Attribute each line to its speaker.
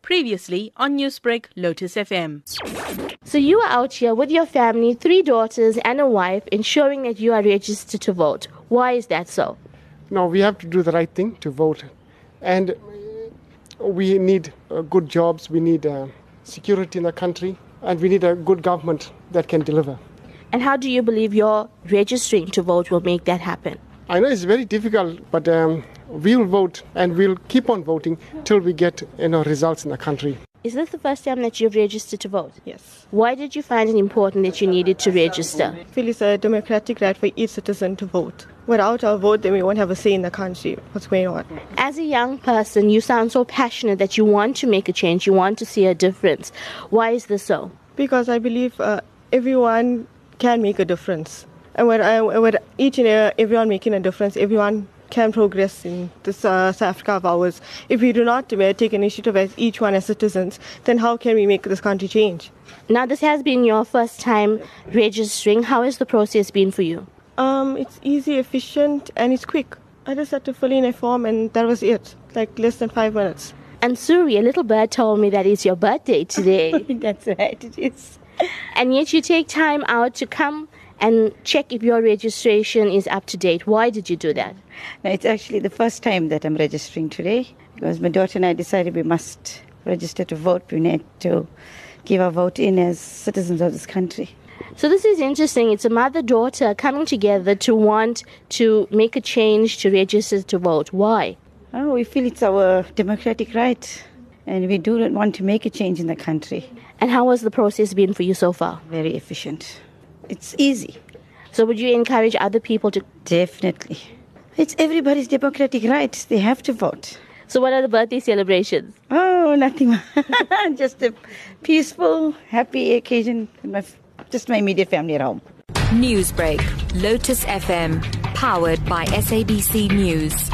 Speaker 1: Previously on Newsbreak, Lotus FM.
Speaker 2: So you are out here with your family, three daughters and a wife, ensuring that you are registered to vote. Why is that so?
Speaker 3: Now we have to do the right thing to vote, and we need uh, good jobs, we need uh, security in the country, and we need a good government that can deliver.
Speaker 2: And how do you believe your registering to vote will make that happen?
Speaker 3: I know it's very difficult, but um, we'll vote and we'll keep on voting till we get you know results in the country.
Speaker 2: Is this the first time that you've registered to vote?
Speaker 4: Yes.
Speaker 2: Why did you find it important that you needed to register?
Speaker 4: I feel it's a democratic right for each citizen to vote. Without our vote, then we won't have a say in the country. What's going on?
Speaker 2: As a young person, you sound so passionate that you want to make a change, you want to see a difference. Why is this so?
Speaker 4: Because I believe uh, everyone can make a difference. And with, uh, with each and uh, everyone making a difference, everyone can progress in this uh, South Africa of ours. If we do not uh, take initiative as each one as citizens, then how can we make this country change?
Speaker 2: Now, this has been your first time registering. How has the process been for you?
Speaker 4: Um, it's easy, efficient, and it's quick. I just had to fill in a form, and that was it. Like less than five minutes.
Speaker 2: And Suri, a little bird told me that it's your birthday today.
Speaker 5: That's right, it is.
Speaker 2: and yet you take time out to come and check if your registration is up to date. Why did you do that?
Speaker 5: Now, it's actually the first time that I'm registering today because my daughter and I decided we must register to vote. We need to give our vote in as citizens of this country.
Speaker 2: So this is interesting. It's a mother daughter coming together to want to make a change to register to vote. Why?
Speaker 5: Oh, we feel it's our democratic right and we do want to make a change in the country.
Speaker 2: And how has the process been for you so far?
Speaker 5: Very efficient. It's easy,
Speaker 2: So would you encourage other people to?
Speaker 5: definitely. It's everybody's democratic right. They have to vote.
Speaker 2: So what are the birthday celebrations?
Speaker 5: Oh, nothing. more. just a peaceful, happy occasion. with My, f- just my immediate family at home.
Speaker 6: Newsbreak, Lotus FM, powered by SABC News.